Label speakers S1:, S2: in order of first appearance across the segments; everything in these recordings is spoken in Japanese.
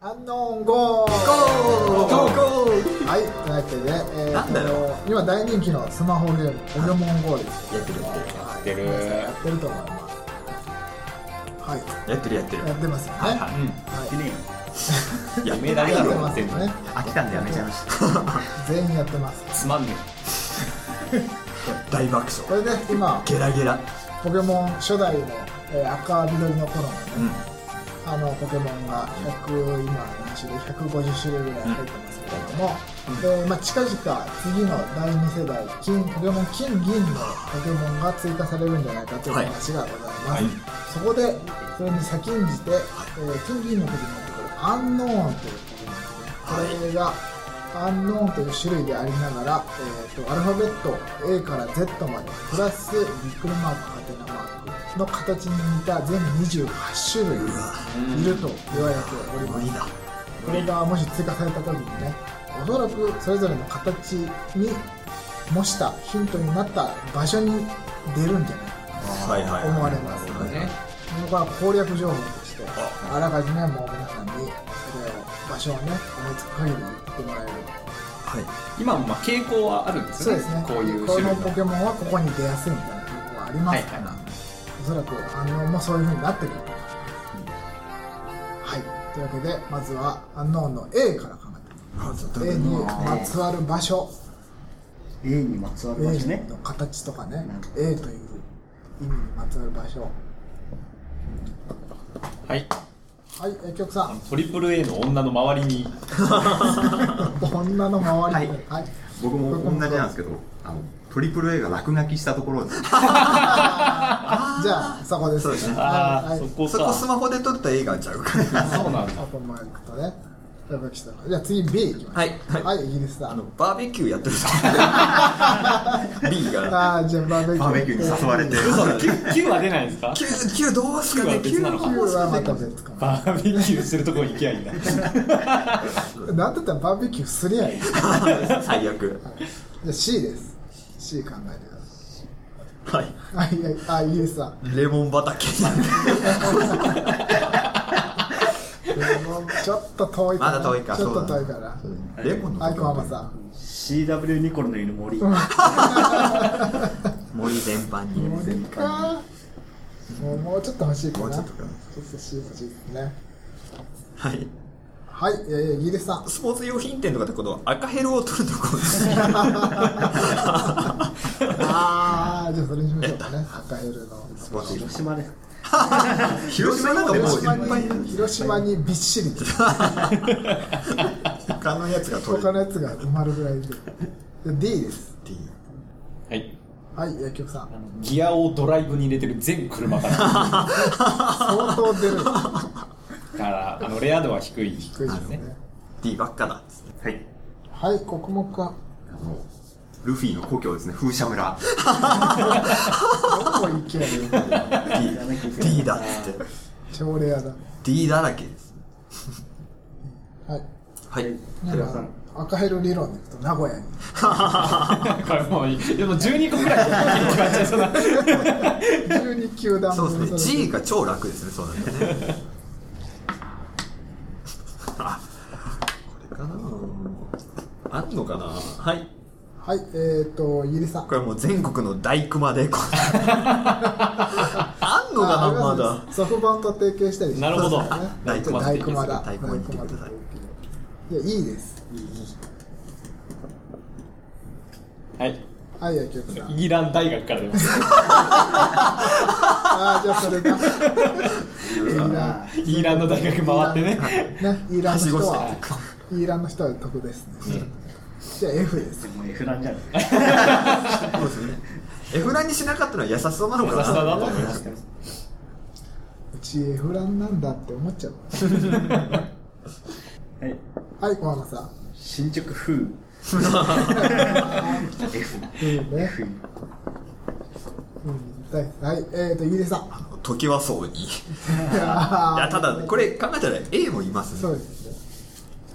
S1: アンノーンゴーゴ
S2: ゴー
S1: ー
S2: ゴー
S1: ゴーはいというわけで、えーと
S2: なんだよ
S1: 今大人気のスマホゲーム「ポケモン GO」です
S2: やってるやってる
S1: や
S3: ってる
S1: やってると思いますはい
S2: やってるやってる
S1: やってますよね
S2: はいは
S1: はい
S3: ね
S2: いや
S3: やめられ
S1: や
S3: な
S1: っ
S3: い
S1: て
S3: よ
S1: ますよね
S2: 飽きたんでやめちゃいました
S1: 全員やってます
S3: つまんね
S2: 大爆
S1: こ
S2: 笑
S1: れで今
S2: ゲラゲラ
S1: ポケモン初代の、えー赤緑の頃のね、
S2: うん
S1: あのポケモンが100今何種類150種類ぐらい入ってますけれども、でまあ、近々次の第2世代金ポケモン金銀のポケモンが追加されるんじゃないかという話がございます、
S2: はい
S1: そこでそれに先んじて、えー金銀のポケモンってこれアンノーンというポケモンですねこれが、アンノーンという種類でありながら、えー、とアルファベット A から Z までプラスビックルマークハテナマークの形に似た全28種類いると言われておりま
S2: 無
S1: す
S2: 理だ
S1: これがもし追加された時にねおそらくそれぞれの形に模したヒントになった場所に出るんじゃないか
S2: はいはい
S1: 思われます
S3: えね
S1: そこは攻略情報としてあらかじめもう皆さんにそれを場所をね思いつく限り言ってもらえる
S2: はい
S3: 今もまあ傾向はあるんです
S1: そう
S3: ね
S1: ですね
S3: こういう
S1: こ
S3: 種
S1: の
S3: 類
S1: ポケモンはここに出やすいみたいな傾向はありますから、
S3: はいはい
S1: おそらく安納もそういう風になってくる、はいというわけでまずは安納の A から考
S2: あちょっ
S1: え
S2: と
S1: て A にまつわる場所
S4: A にまつわる場所
S1: A
S4: ね
S1: の形とかね
S4: ん
S1: A という意味にまつわる場所
S3: はい
S1: はいえ局さん
S3: トリプル A の女の周りに
S1: 女の周りにはい、
S5: 僕も同じなんですけどあのトリプル A が落書きしたところです
S1: じゃあそこです
S2: そうですね
S3: あ
S1: は
S3: あ
S1: い
S3: そ
S1: はい
S3: こ
S2: そ
S3: か
S2: こスマホで撮った映画ちゃうか な
S3: そうなんだ
S1: オープンマイクとねやばくしたからじゃあ次 B いきましょう
S2: はいはい
S1: イギリスだ
S2: あのバーベキューやってるぞ B が
S1: あーじゃあバーベキュー
S5: バーベキューに誘われて
S3: 嘘だ 9, 9は出ないんですか
S2: キューキューどうすかね
S3: キューは別なのか
S1: バーベキューはまた別か
S3: バーベキューするとこ行きゃいいんだ
S1: なんだったらバーベキューすりゃいいじゃ
S2: 最悪
S1: あ C です C 考えてくださ
S2: はい
S1: いはいはいあイギリスだ
S2: レモン畑
S1: ちょっと遠いか
S2: ま
S1: ら
S2: だ遠いか
S1: ちょっと遠い
S2: そ
S1: から
S2: レモンの
S1: アイコン
S2: と
S1: マ
S2: こ
S1: さん
S4: CW ニコルの犬森
S2: 森全般に
S1: 森かもうもうちょっと欲しいかな
S2: もうちょっと
S1: ち
S2: か
S1: ょ
S2: な
S1: っと C 欲しいですね
S2: はい
S1: はいえーイギリスさん
S2: スポーツ用品店とかってことは赤ヘルを取るとこです ね
S1: ああじゃあそれにしましょうかね赤ヘルの
S2: スポーツ用品
S4: 広島で
S2: 広島なんかも
S1: 広
S2: う
S1: 島
S2: いっぱいいる
S1: に広島にびっしり
S2: 他のやつが取
S1: 他
S2: れ
S1: の
S2: る
S1: やつが埋まるぐらいでで D です
S2: っていう
S3: は
S1: は
S3: い
S1: いえー局さん
S3: ギアをドライブに入れてる全車からだ
S1: 相当出る
S3: からあのレア度は低い
S1: 低いですね
S2: D ばっかだっつって
S5: はい
S1: はい穀目は
S5: あのルフィの故郷ですね風車村
S1: どこ行けばいいのか
S2: D, D だっつって
S1: 超レアだ
S2: D だらけです
S1: はい
S2: はい
S1: なんか赤ヘル理論でいくと名古屋に
S3: これもういいでも12個くらい決まっちゃいそうな
S1: 12球団
S2: そうですね
S1: 分
S2: G が超楽ですねそうなんだね あこれかなあんのかなはい
S1: はいえっ、とイギリスさん
S2: これもう全国の大熊でこうあんのかなまだ
S1: ソフ版と提携したりして
S3: なるほど
S1: 大
S2: 大
S1: 熊
S2: 熊
S1: 大熊だ
S2: 大熊に行ってください
S1: いやいいです
S3: はい
S1: はい野球部さ
S3: イ
S1: ん
S3: ギラン大学から出ます
S1: ああ じゃあそれだいいな
S3: イギランの大学回ってね
S1: ね、イーランの人
S2: はし
S1: は、イーランの人は得ですね。じゃあ F です。
S4: もう F なんじゃない
S2: そうですね F 難にしなかったのは優しさなのかな
S3: 優しさだと思います
S1: うち F ランなんだって思っちゃう。
S4: はい
S1: はい、小浜さん。
S4: 新宿風 F
S1: うんね。
S4: F
S1: うん、大好きはい、えーと、ゆでさん。
S2: 時はそうにいや
S1: あ
S2: ただこれ考えたら A もいま
S1: ー
S2: す
S1: そう
S2: ね
S1: ですね。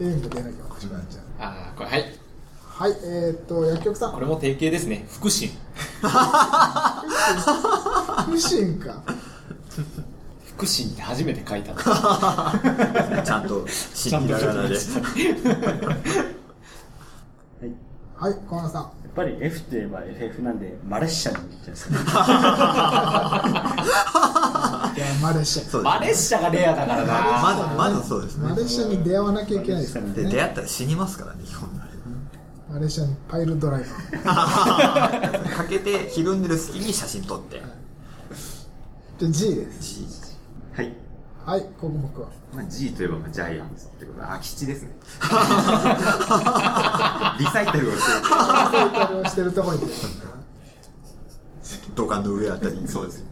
S1: A も出なきゃおかしくなっちゃう。
S3: ああこれはい
S1: はい、えーと、薬局さん
S3: こ。れも定型ですね福神
S1: 不審か。
S3: 福祉って初めて書いたの
S2: ちゃんと
S3: ちゃん
S2: 信
S3: と
S2: じられないで
S4: い、や
S1: はい、河野さん。
S4: っぱり F といえば FF なんでマレッシャに行っちゃうんですね
S1: いや、マレーシア。
S2: そうです
S3: マレッシャがレアだから
S2: まず
S3: な
S2: まずそうですね
S1: マレーシアに出会わなきゃいけないですから
S2: で出
S1: ね。
S2: 会ったら死にますからね基本あ
S1: マレーシアにパイルドライバー。
S2: れかけてひるんでる隙に写真撮って
S1: で、G です。
S2: G
S5: はい。
S1: はい、国木は。
S5: まあ、G といえばまあジャイアンツってことは、空き地ですね。リサイタルをして
S1: そういう旅をしてるとこに。
S2: 土管の上あたりに
S5: る。そうですね。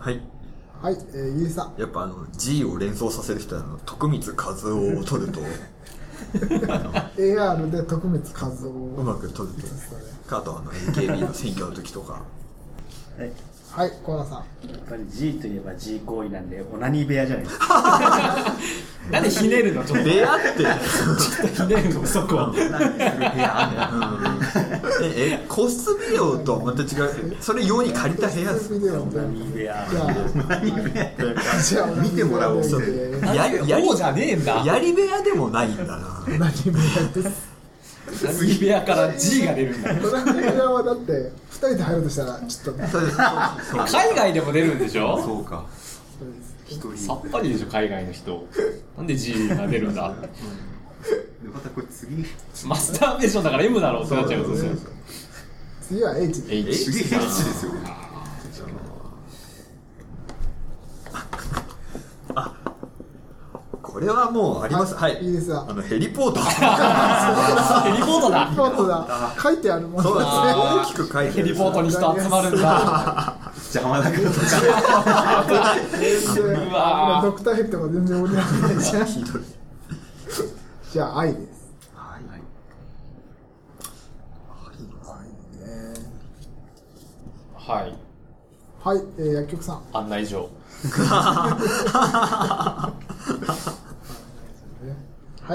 S2: はい
S1: はい、えー、ゆいさん。
S2: やっぱあの G を連想させる人はあの徳光和夫を撮 ると
S1: AR で徳光和夫
S2: う
S1: を。
S2: まく撮るとかあとあの AKB の選挙の時とか
S4: はい
S1: はい、河野さん。
S4: やっぱり G といえば G 行為なんでオナニー部屋じゃないですか
S3: なんでひねるの ちょっ
S2: 出会って
S3: とひねるのそこは
S2: 部屋ええ個室ビデオとはまた違うそれ用に借りた部屋 です
S1: ビデオ
S4: オ
S1: で
S4: ナニー部屋
S1: じゃあ、じゃあ、
S5: 見てもらおう
S1: そ
S5: そうう
S1: で。
S2: やや
S3: こうじゃねえんだ
S2: やり部屋でもないんだ な
S1: 何部屋です。
S3: 杉部屋から G が出るんだ
S1: 隣の部屋はだって、二人で入ろうとしたら、ちょっとね。
S2: そうです
S3: 海外でも出るんでしょ
S5: そうか。
S1: そうです
S5: 一人。
S3: さっぱりでしょ海外の人なんで G が出るんだ
S5: でまたこれ次。
S3: マスターベーションだから M だろうってなっちゃうことですよ
S1: 次は H です。
S3: H
S5: 次 H ですよ。
S2: これはもうありますはい
S1: いいですわ
S2: あのヘリ ポーター
S3: ヘリポートだ
S1: リポートだ。書いてあるもの
S2: そう
S1: で
S2: ですす
S1: ね。
S2: 大きく書いて
S3: ヘ
S2: ある
S3: リポートに人集まるんだ
S5: 邪魔だからとか。
S1: う
S3: わー
S1: ドクターヘッドが全然降りなくなっちゃう
S2: ひどい
S1: じゃあ愛です
S5: はい。
S3: はい
S1: はい、えー、薬局さん
S3: 案内状
S1: はい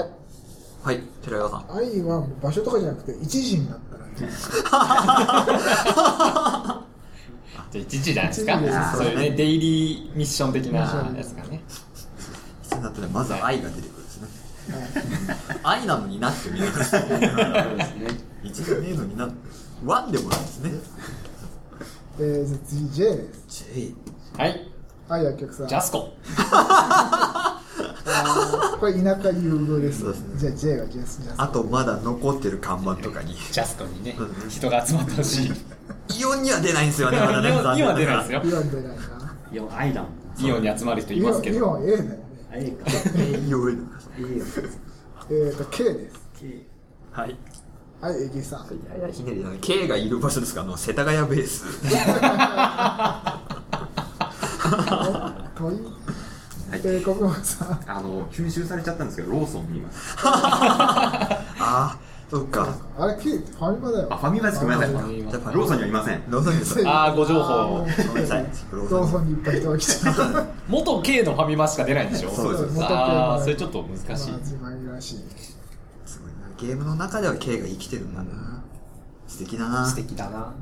S2: はい寺川さん
S1: 愛はもう場所とかじゃなくて一時になったらいいです
S3: じゃあ1時じゃないですか
S1: 一時です
S3: そういうねデイリーミッション的なやつがね
S2: 必要になったらまず愛が出てくるんですね愛なのになって見えます一じゃねえのになワンでもないですね
S1: えー、じゃあ次 J です
S2: J
S3: はい
S1: はい薬局さん
S3: ジャスコ
S1: あーこれ田舎優遇です
S2: そうですね
S1: じゃあ J がジャスジャス
S2: あとまだ残ってる看板とかに
S3: ジャスコにね人が集まってほしい
S2: イオンには出ないんですよねまだね残
S3: 今
S2: 念
S3: 出
S2: ながら
S3: ないですよ
S1: イオン出ないない
S4: や愛だもん
S3: イオンに集まる人い
S1: イ
S3: ま
S1: オ
S3: す
S1: ン
S3: け
S1: イ
S3: ど
S1: オン A だよね
S4: 愛か
S2: イオン
S4: いいよ
S1: えーと K です
S2: はい
S1: はいエギさ ん
S2: いやいやひねりじゃない K がいる場所ですかあの世田谷ベース
S1: 問い
S5: はい
S1: えー、国本さん
S5: あの、吸収されちゃったんですけど、ローソンにいます。
S2: ああそっか
S1: あれ K ってファミマだよ
S5: あ、ファミマです。ごめんなさい。
S3: ファ
S5: ロ
S3: ミマ
S5: ーソンにはいません。
S2: ローソンです
S3: ああご情
S1: あーもう
S2: ご
S3: 報
S2: めんなさいロー
S1: ロー
S2: ソ
S1: ソ
S2: ン
S1: ンにいっぱい人が来ちゃう
S3: 元 K のファミマしか出ないんでしょ
S5: そうです
S3: ああそれちょっと難しい
S1: 始まりらしい
S2: すごいなゲームの中では K が生きてるんだな素敵だな
S3: 素敵だな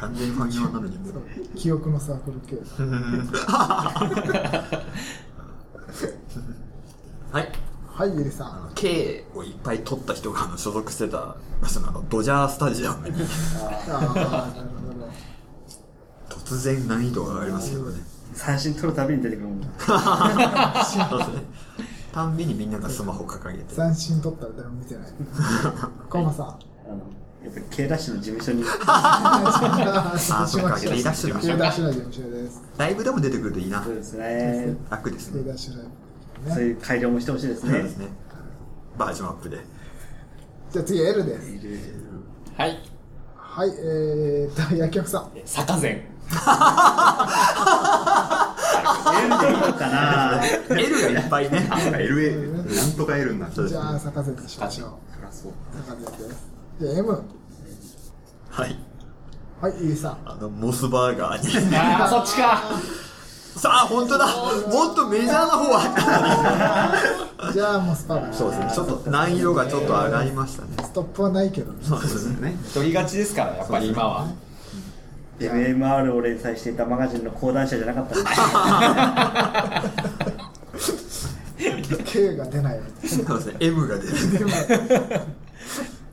S2: 完全にファミマなのにもう
S1: 記憶のサークル系
S2: はい
S1: はいゆりさ
S2: あ
S1: ん
S2: の K をいっぱい取った人があの所属してた場所のあのドジャースタジアムに
S1: ああなるほど
S2: 突然難易度が上がりますけどね
S4: 三振取るたびに出てくるもん
S2: そうですねたんびにみんながスマホ掲げて
S1: 斬新取ったら誰も見てないコマさん
S4: あのやっぱり K ダッシュの事務 所に
S1: あ
S2: あーそっか K ダッシュだ
S1: ダッシュライブの事務所です
S2: ライブでも出てくるといいな
S4: そうですね
S2: 楽です
S1: K
S2: ね
S1: ダッシュライブ
S4: そう
S1: ね
S4: いう改良もしてほしいです
S2: そうです
S4: ね
S2: ねバージョンアップで
S1: じゃあ次 L です
S3: はい
S1: はいえーと薬局さん
S3: 坂前
S4: L でいいのか な
S2: L がいっぱいね
S5: あ、LA。なんとか L になっちゃう。
S1: じ
S5: そ
S1: ゃあ坂瀬にしましょう
S5: そう。
S1: 坂瀬ですじゃあ M
S2: はい
S1: はいゆりさん
S2: あのモスバーガーに
S3: ああそっちか
S2: さあ本当だもっとメジャーな方は
S1: じゃあもうスパル
S2: そうですねちょっと難易度がちょっと上がりましたね
S1: ストップはないけどね
S2: そうですね
S5: ね。
S3: 一人勝ちですからやっぱり今は
S4: で MR を連載していたマガジンの講談社じゃなかったんです
S1: K が出ないみたい
S2: そうですね M が出る
S1: な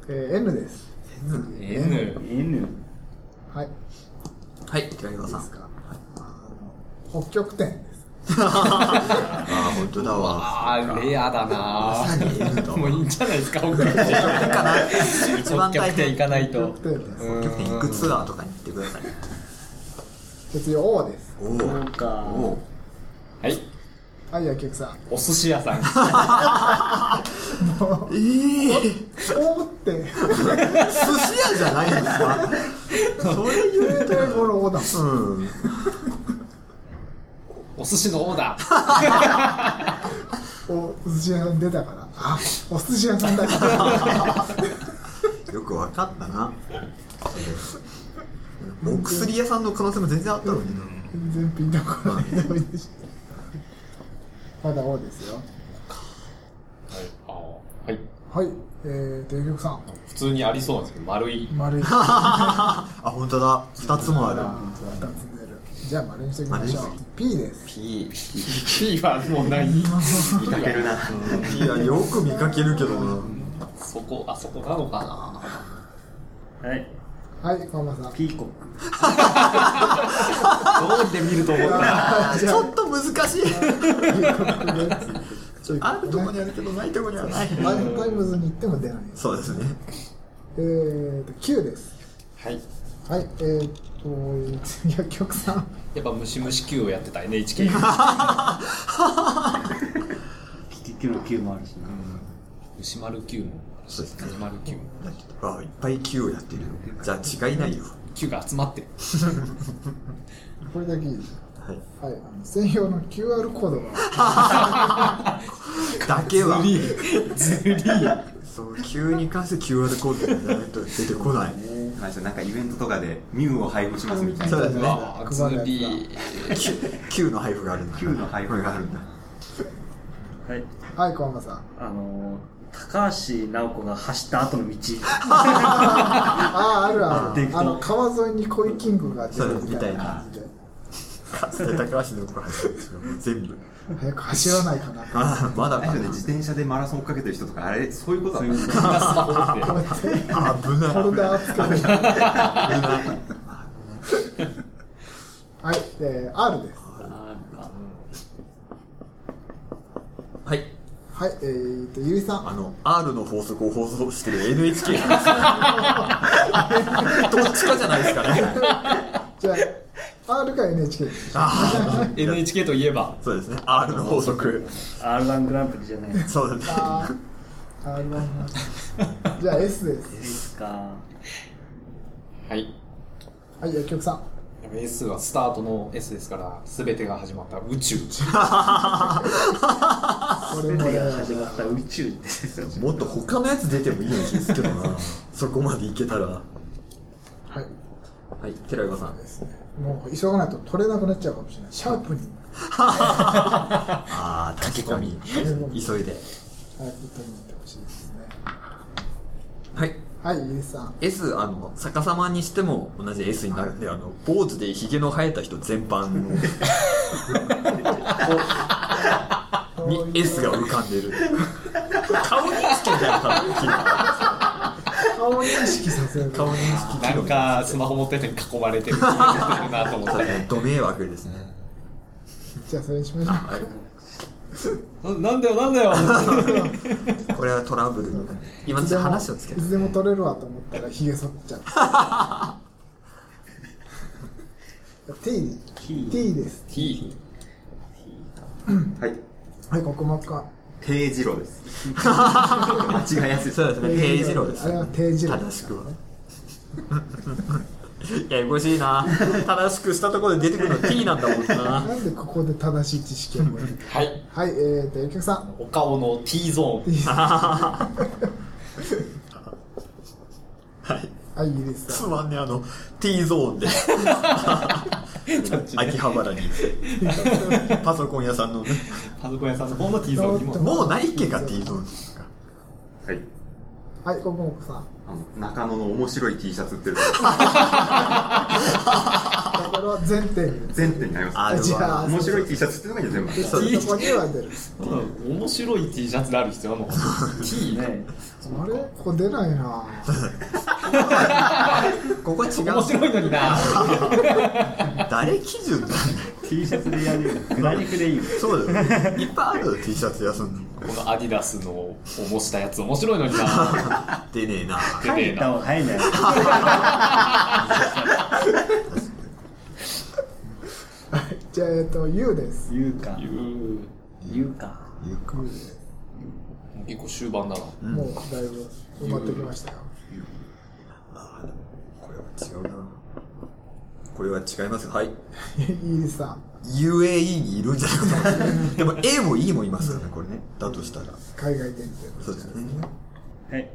S1: えー N です次
S3: N
S4: N
S1: はいい
S2: はい平
S1: い
S2: 岩さ
S1: で
S2: ん
S1: すかあの北極点です
S2: ああ本当だわ
S3: あーレアだな
S2: まさに N だわ
S3: もういいんじゃないですか北極
S2: 北極点かな一番
S3: 北
S2: 大
S3: 極点行
S2: 変
S3: かないと
S1: 北極点です
S2: 北極点行くツアーとかに行ってください
S1: で次 O です
S2: おお
S4: そうか
S2: おお
S3: はい
S1: はい焼き肉さん
S3: お寿司屋さん
S2: ええー、
S1: O って
S2: 寿司屋じゃないんですかそれ言う
S1: 絶対この O だ
S2: とうん
S3: お寿司のオーダー
S1: お寿司屋さん出たからあお寿司屋さんだから
S2: よく分かった なお薬屋さんの可能性も全然あったのにな
S1: 全然ピンとこないまだ O ですよ
S3: あーはい
S1: はいえー、電力さん
S3: 普通にありそうなんですけど丸い
S1: 丸い
S2: あ本当だ2つもある
S1: 二つ出るじゃあ丸にしておきましょう
S2: 丸に
S1: P です
S2: P
S3: P はもうない
S5: 見かけるな。
S2: いやよく見かけるけどな
S3: そこあそこなのかな
S4: はい
S1: はい河村さん
S4: ピーコック
S3: どうって見ると思ったら
S2: あーちょっと難しい
S1: ちょっと
S2: あるとこにあるけどないとこにはない
S1: タイムタイムズに行っても出ない
S2: そうですね
S1: えーと Q です
S3: はい
S1: はいえーと次は曲さん
S3: やっぱムシムシ Q をやって た NHK
S4: キキキュの Q もあるしな
S3: 牛丸 Q もあるし
S2: そうですね
S3: 牛丸 Q も
S2: あいっぱい Q をやってるよじゃあ違いないよ
S3: Q が集まってる
S1: これだけいい
S2: はい
S1: はいあの専用の QR コードが
S2: だけは
S3: ずりー
S2: そう急に関して QR コードじゃないと出てこない
S5: あれですよなんかイベントとかでミュウを配布しますみたい
S2: そう
S5: な。
S2: ですね
S3: あーずり
S1: 配る
S3: ー
S2: Q の配布があるんだ
S5: Q の配布
S2: が
S5: が
S2: あ
S5: あ
S2: る
S5: る
S2: ん
S5: ん
S2: だ
S5: だ
S4: はい
S1: はい河村さん
S4: あのー高橋直子が走った後の道
S1: あああるあ
S4: で
S1: るあの川沿いに恋キングが出るみたいな感じで
S2: かつて高橋の子が全部
S1: 早く走らないかな
S2: あーまだ
S5: あれ
S2: か
S5: です
S2: な
S5: よね自転車でマラソン追っかけてる人とかあれそういうことだった
S3: みんなスマホ持って
S2: 危な
S3: る
S2: い
S1: フォルダーつけて
S2: 危ない
S1: はい、えー、R です
S2: はい
S1: はいえーとゆりさん
S2: あの R の法則を放送してる NHK ですどっちかじゃない ですかね
S1: じゃあ R か NHK です
S2: あ
S3: NHK といえば
S2: ーそうですね R の法則
S4: R1 グランプリじゃないで
S2: そうですね
S1: あー R はじゃあ S です
S4: すか
S3: はい
S1: はい薬局さん
S3: S はスタートの S ですから全てが始まった宇 宙
S1: これ
S4: 全
S1: も
S4: て
S1: ね
S4: が始まった宇宙ですよ
S2: もっと他のやつ出てもいいんですけどなそこまでいけたらは
S1: はい
S2: い寺岩さん
S1: ですねもう急がないと取れなくなっちゃうかもしれないシャープに
S2: ああ駆け込み急いで
S1: 早く取りに行ってほしいですね
S2: はい
S1: はいゆりさん
S2: S あの逆さまにしても同じ S になるんであの坊主でひげの生えた人全般 に S が浮かんでる顔認識みたいな
S1: 顔認識させる
S2: 顔認識
S3: なんかスマホ持ってて囲まれてるなと思っ
S2: そう
S3: て
S2: ですねド迷惑ですね
S1: じゃあそれにしましょう
S2: はい
S3: ななんだよなんだよ
S2: これはトラブルになる今のうち話をつけ
S1: い
S2: て
S1: つでも取れるわと思ったらひげ剃っちゃう T, T です
S3: T
S5: はい
S1: はいここもか
S5: 定次郎です 間違いやすい
S2: そうですね定次郎で
S1: あ
S2: す
S1: れは定次郎
S2: 正しくはややこしいな正しくしたところで出てくるの T なんだもんな
S1: なんでここで正しい知識を覚える
S3: はい
S1: はいえーとお客さん
S3: お顔の T ゾーン
S2: はい
S1: はいイギリス
S2: つ
S1: さん
S2: まんねあの T ゾーンで 秋葉原に行ってパソコン屋さんのね
S3: パソコン屋さんの方の T ゾーンにも
S2: もうないっけか T ゾーン
S5: はい
S1: はい、ココモコさん。
S5: あの中野の面白い T シャツ売ってるか
S1: だから前提に
S5: ら全店にあり
S2: あ
S5: ま
S1: じゃあ
S5: す面白い T シャツっていうのが全部あり
S1: で
S5: ます
S1: そういうとこには出る
S3: 面白い T シャツである必要 はもう T ね
S1: あれここ出ないな
S2: ここは違
S3: 面
S2: う
S3: 白いのにな
S2: 誰基準だ
S4: T シャツでやるよ豚肉でいいよ
S2: そうだよねいっぱいあるよ T シャツ休んでも
S3: このアディダスのを模したやつ面白いのにな
S2: 出ねえ な
S3: 出ねえ
S4: た
S3: な
S4: 方が早いんだよ
S1: じゃあえっと U です
S4: 言うか
S3: 言う
S4: 言うか
S2: 言うか
S3: もう結構終盤だな
S1: もうだいぶ埋まってきましたよ
S2: あーでもこれは違うなこれは違いますはい
S1: E さん
S2: UAE にいるんじゃないかと思ってでも A も E もいますからねこれねだとしたら
S1: 海外限定
S2: そうですね
S4: はい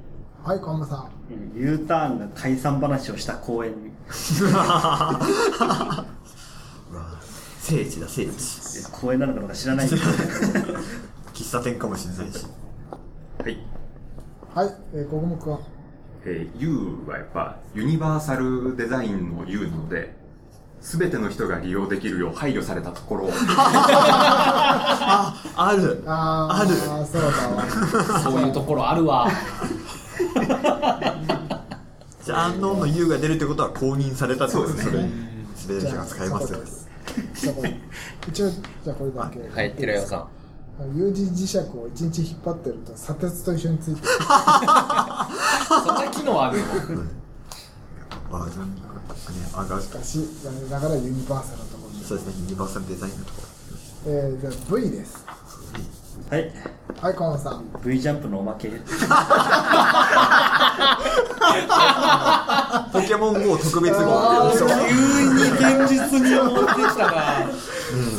S1: はい小浜さん
S4: U ターンが解散話をした公園に
S2: うわ聖地だ聖地
S4: 公園なのかどうか知らないけど
S2: 喫茶店かもしれないし
S5: はい、
S1: はい、えー、ココモコは
S5: えー U はやっぱユニバーサルデザインの U なので全ての人が利用できるよう配慮された ところ
S2: あある
S1: あ
S2: ある
S1: ーそうだわ
S3: そういうところあるわ
S2: じゃあ、アンノーンの U が出るってことは公認されたってことです
S5: そうで
S2: ね。それ、滑るが使えますよ。
S1: そこ一応じゃあこれだけ
S6: はい、寺山さん。
S1: U 字磁石を一日引っ張ってると砂鉄と一緒についてる
S3: そんな機能あるの
S2: あ、じゃあ、ね、上がる。
S1: しかし残念ながらユニバーサルのところに
S2: そうですね、ユニバーサルデザインのとこ
S1: えー、じゃあ V です
S4: はい
S1: はい小浜さん
S4: V ジャンプのおまけ
S2: ろ。ポケモン GO 特別号って
S3: 急に現実味を持ってきたな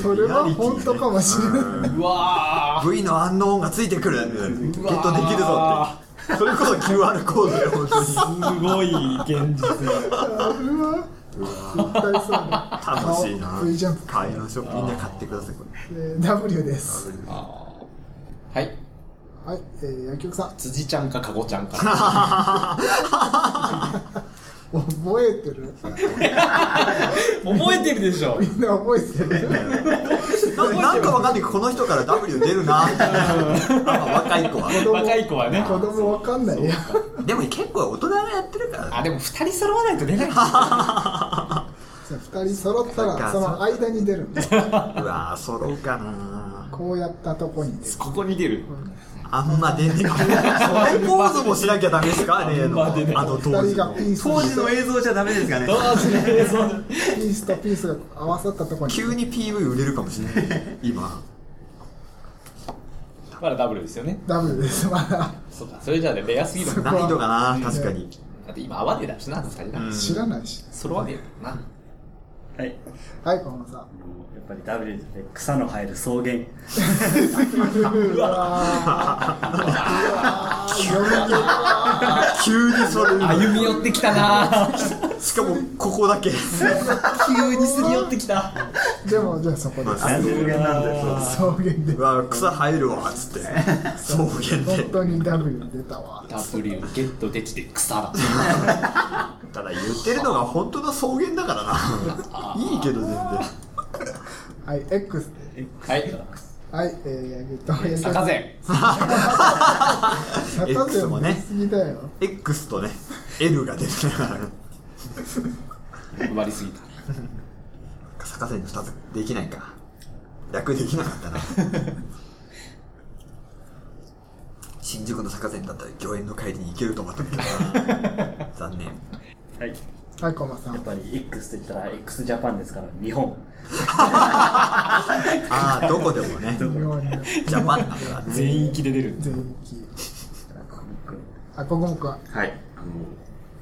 S1: それは本当かもしれないう
S3: わ
S2: V のアンノーンがついてくるゲッ
S3: ーうわー
S2: トできるぞって。それこそ QR コードよ、本当に。
S3: すごい現実味
S1: うわ絶対そうだ
S2: 楽しいな。
S1: V ジャンプ
S2: 買いましょう。みんな買ってください、こ
S1: えー W です
S2: れ。
S3: はい
S1: はい、えー、野球さん
S3: 辻ちゃんかかごちゃんか
S1: 覚えてる
S3: 覚えてるでしょ
S1: みんな覚えてる
S2: ななんかわかんないけど、この人から W 出るなって。あ若い子は。
S1: 供
S3: 若い子はね
S1: 子供わかんないや
S2: でも結構大人がやってるからね。
S3: あでも二人揃わないと出ない
S1: そう二人揃った
S2: そっ
S1: ら
S2: か
S1: その間に出るんです
S2: うわぁ、揃うかな
S1: こうやったとこに出る
S3: ここに出る
S2: あんま出ねえ。それポーズもしなきゃダメですか例の。
S3: あんま出ねえ
S2: あの当
S1: 二
S2: 時
S1: 人が
S2: の
S1: ピ。ース
S5: 当時の映像じゃダメですかね
S3: どうしてそう
S1: ピースとピースが合わさったとこに
S2: 急に PV 売れるかもしれない。今。
S3: まだダブルですよね
S1: W ですまだ
S3: そうかそれじゃあねレアすぎるもんな
S2: 難易度かな確かに。
S3: だって今泡でだしな二人だ
S1: 知らないし
S3: 揃わねえよな
S4: はい
S1: はい小浜さん
S4: やっぱり W で草の生える草原
S1: うわー読み切れ
S2: 急にそれ。
S3: 歩み寄ってきたな
S2: しかも、ここだけ。
S3: 急にすり寄ってきた
S1: でもじゃあそこで
S2: まあ
S1: 草
S4: 草原なんだよ
S1: 原で
S2: うわぁ、草生えるわ、つって。草原
S1: 本
S2: で。
S1: 当に W 出たわ
S3: W ゲットできて草だ
S2: ただ言ってるのが本当の草原だからな。いいけど全然。
S1: はい X
S3: はい
S1: はいえー、野球と野球
S3: 坂前
S1: サタデーも出すぎだよ
S2: X とね、L が出てるからね。
S3: 割りすぎた
S2: 逆さに2つできないか楽できなかった な新宿の逆さにだったら御苑の帰りに行けると思ったんだけどな残念
S4: はい
S1: はい小浜さ
S4: やっ
S1: ん
S4: ぱり X といったら x ジャパンですから日本
S2: ああどこでもね
S1: 日本に
S2: ジャパンだからね
S3: 全域で出る
S1: 全域あここもか
S5: はいあの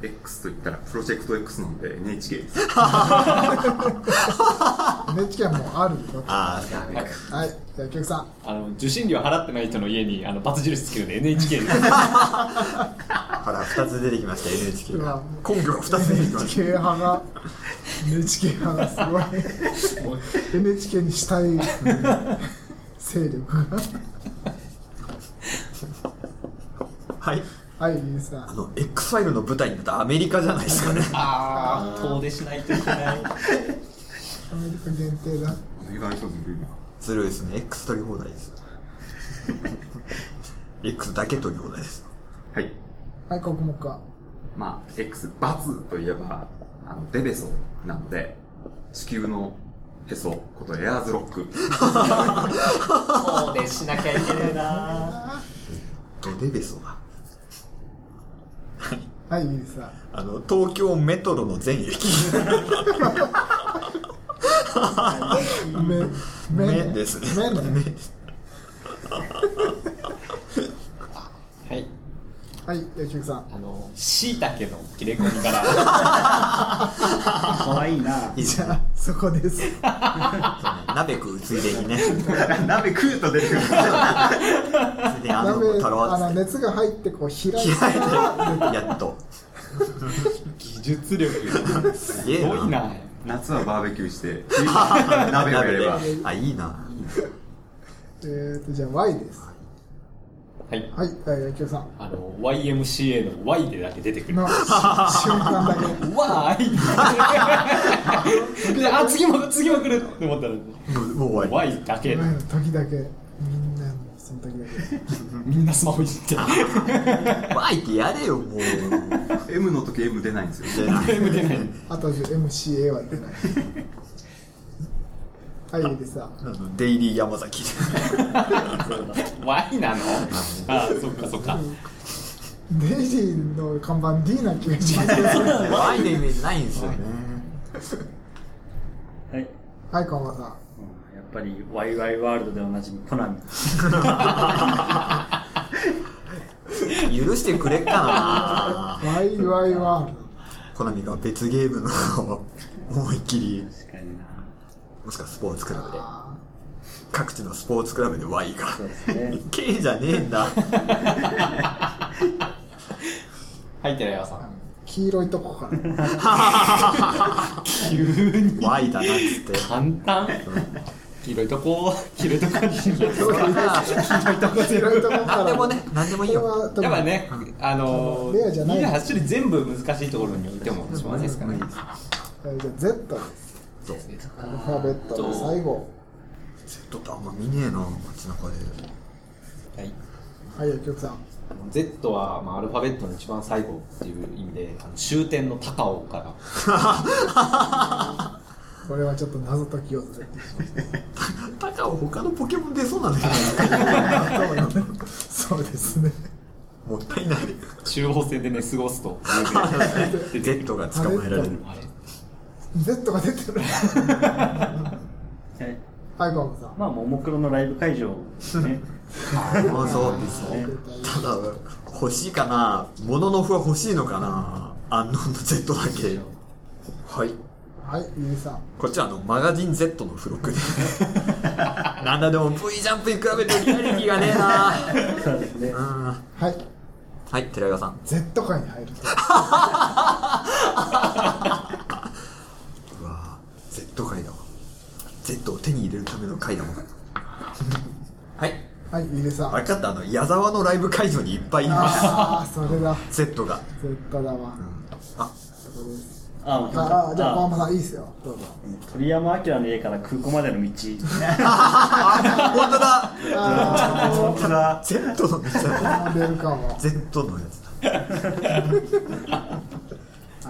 S5: X といったらプロジェクト X なので NHK です
S1: NHK もうあるよ
S2: ああダメか
S1: はいじゃあ客さん
S3: あの受信料払ってない人の家にあのバツ印つけるんで NHK です
S2: ほら2つ出てきました NHK
S1: うわ
S2: が
S1: も
S2: 根拠が2つ出てきま
S1: NHK
S2: し
S1: 派が NHK 派がすごい NHK にしたい勢力が
S2: たはい
S1: はい、いいですか
S2: あ。の X ファイルの舞台になったアメリカじゃないですかね
S3: ああ遠出しないといけない
S1: アメリカ限定だ。
S5: 意外とずるいな
S2: ずるいですね X 取り放題です X だけ取り放題です
S5: はい
S1: はい、国目か。
S5: まあ X バツといえばあのデベソなので地球のへそことエアーズロッ ク
S3: 遠出しなきゃいけないな
S2: ドデベソが
S1: はい、いいですか。
S2: あの東京メトロの全駅
S1: 目、目
S2: 目
S1: ね
S2: ですね
S1: 目
S2: 目
S1: ね。
S3: はい
S1: はい、吉木さん。
S3: あのしいたけの切れ込みから
S4: 可愛い な。
S1: じゃあ、そこです。
S2: 鍋食うついでにね
S5: 鍋食うと出てくる
S2: ついでにあ
S1: 鍋
S2: の子太郎
S1: あ
S2: っ
S1: の
S2: つって
S1: 熱が入ってこう開いて
S2: 開いてやっと
S3: 技術力
S2: す
S3: す
S2: げえ
S3: ごいな
S5: 夏はバーベキューして冬は鍋をやれば
S2: 鍋であいいな
S1: えーとじゃあ Y です
S3: はい
S1: はいえ野球さん
S3: あの YMCA の Y でだけ出てくる
S1: の瞬間だけ
S3: わ ーいであ次も次も来るって思ったら
S2: もうもう終わ
S3: Y だけ
S1: Y の時だけみんなのその時だけ
S3: みんなスマホいじって
S2: りわーいってやれよもう
S5: M の時 M 出ないんですよ
S2: 出ない
S3: 全部出ない
S1: あと MCA は出 ないはいいいですわ
S2: あのデイリー山崎
S3: Y なのあそっかそっか
S1: デイリーの看板 D な気がします
S2: Y のイメージないんですよね
S4: はい。うん
S1: はいこんばんは
S4: やっぱりワイワイワールドでおなじみコナミ。
S2: 許してくれっかな
S1: YYY
S2: コナミが別ゲームの思いっきり
S4: 確かにな。
S2: もしくはスポーツクラブで各地のスポーツクラブで Y が
S4: そうですね
S2: K じゃねえんだ
S3: はい寺山さん
S1: 黄色いとこから
S3: 急に
S2: Y だなっつって
S3: 簡単黄色いとこ黄色いとこ黄色いと
S1: 黄
S3: こ
S1: 色いとこから
S2: 何でもね何でもいい
S1: これは
S2: よ
S1: 特に
S3: やっぱねあの
S1: レアじゃない
S3: 28種類全部難しいところに置いてもしょうがないですからね
S1: えーじゃあ Z ですアルファベットの最後
S2: Z ってあんま見ねえな街中で
S3: はい
S1: はい野球さん
S3: Z は、まあ、アルファベットの一番最後っていう意味であの終点の高尾から
S1: これはちょっと謎解きをずっとし
S2: タカは他のポケモン出そうなんだけど
S1: ましたそうですね
S2: もったいない
S3: 中央線でね過ごすと
S2: Z が捕まえられる
S3: あれ
S1: Z が出てる
S4: はい。
S1: はい河本さん
S4: まあ、ももクロのライブ会場で すね。
S2: あそうですねただ欲しいかなモノノフは欲しいのかなアンノンの Z だけはい
S1: はいゆうさん
S2: こっちはあのマガジン Z の付録 でなんだでも V ジャンプに比べるとリアリティがねえな
S4: そうですね。
S2: うん
S1: はい
S2: はい寺川さん
S1: Z 界に入ると
S2: うわー Z 回だわ Z を手に入れるための回だもんはい
S1: はいゆうさん
S2: 分かったあの矢沢のライブ会場にいっぱいいま
S1: ああそれだ
S2: す Z が
S1: Z だわ
S2: あ
S4: あ、もう
S1: ああじゃあ
S4: あ
S1: 河本さんいいっすよどうぞ
S4: 鳥山明の家から空港までの道。
S2: 本当だ
S1: あ
S4: 本当だ。
S2: Z の道だ
S1: あ出るかもは
S2: Z のやつだ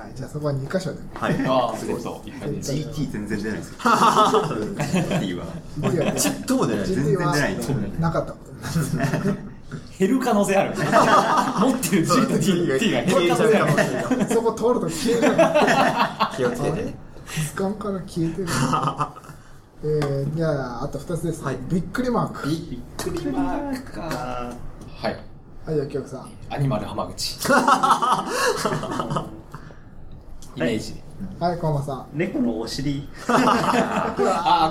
S1: いじゃあそこは2箇所で
S2: はい
S3: ああそうそういっぱい出て
S5: GT 全然出ないですよ GT は
S1: 無理よね
S2: ちっとも出ない
S5: 全然出ない
S1: はなかったことです
S3: 減る可能性あるよね持って る G と T が減る可能性ある
S1: そこ通ると消えるの
S2: 気をつけてね
S1: 図鑑から消えてるえー、じゃああと2つです、
S2: はい
S1: びっくりマーク
S2: び
S3: はい
S1: はい野球さん
S3: アニマル浜 口イメージ
S1: はい河本さん
S4: 猫のお尻。
S3: あ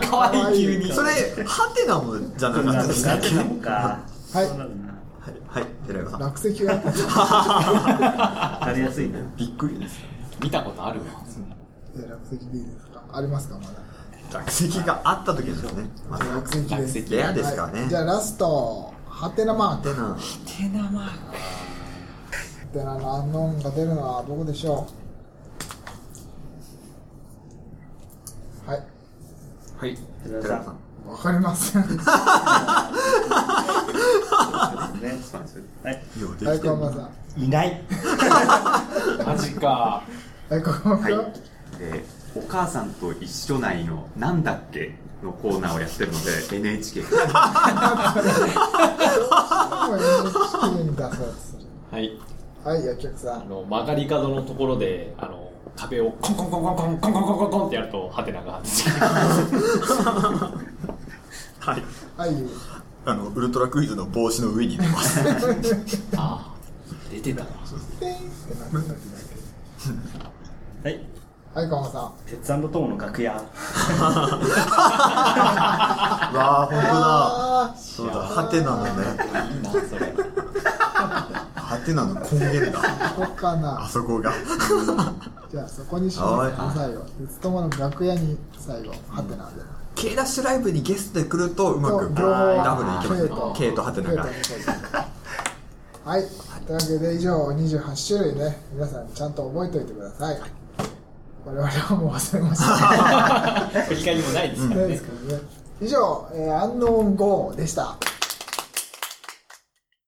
S3: あかわいい急に
S2: それハテナもじゃな
S4: そ
S2: かっ
S4: んな
S2: た
S4: の
S2: です
S4: な
S2: か
S4: んてなのか。
S1: はい
S4: そうな
S2: は
S4: のな。
S2: いはい寺山さん
S1: 落石があった
S4: 当たりやすいな。
S2: びっくりです
S3: 見たことあるわ
S1: え落石でいいですかありますかまだ
S2: 落石があった時ですよねまあ
S1: 落石です
S3: 落石
S2: レアですから
S1: は
S2: ね
S1: いじゃあラストハテナマー
S2: ハテ
S1: ク
S2: ナ
S3: テナマー
S1: ってなのアンノーンが出るのはどこでしょうはい
S5: はい
S4: 寺
S2: 寺田
S4: 田さ
S2: さん
S4: ん。
S1: わかりません
S4: ね
S5: そうなんですよ
S4: はい
S2: いやできてる
S1: 大根馬さん
S4: いない。
S3: マジか。
S1: 大根馬さ
S5: は
S1: ん、
S5: い、で「お母さんと一緒ないのなんだっけ?」のコーナーをやってるので NHK が
S1: もう NHK に出そうとする
S3: はい。
S1: はい薬局さ
S3: あ
S1: ん
S3: の曲がり角のところであの壁をコンコンコンコンコンコンコンコンコンコンってやるとハテナが発生する
S2: はい
S1: はい
S2: あのウルトラクイズの帽子の上に出ます
S3: ああ出て たな
S1: ペンってなってた
S4: はい。
S1: はい大根馬さん
S4: 鉄腕と友の楽屋。
S2: わあ本当だ
S1: あー
S2: そうだハテナのね
S3: いいな それ
S2: ハテナの根源だ
S1: ここか
S2: あ
S1: な
S2: そこが
S1: じゃあそこにしよ
S2: は
S1: う
S2: いはい
S1: 最後鉄友の楽屋に最後ハテナで
S2: K ダッシュライブにゲストで来るとうまく
S1: 両方
S2: ダブルいけますね K とハテナが
S1: はい、というわけで以上28種類ね皆さんちゃんと覚えておいてください我々はもう忘れました
S3: 振り返りもないですか
S1: ね
S3: ら
S1: で
S3: ね
S1: すからね以上、えー、アンノーン GO でした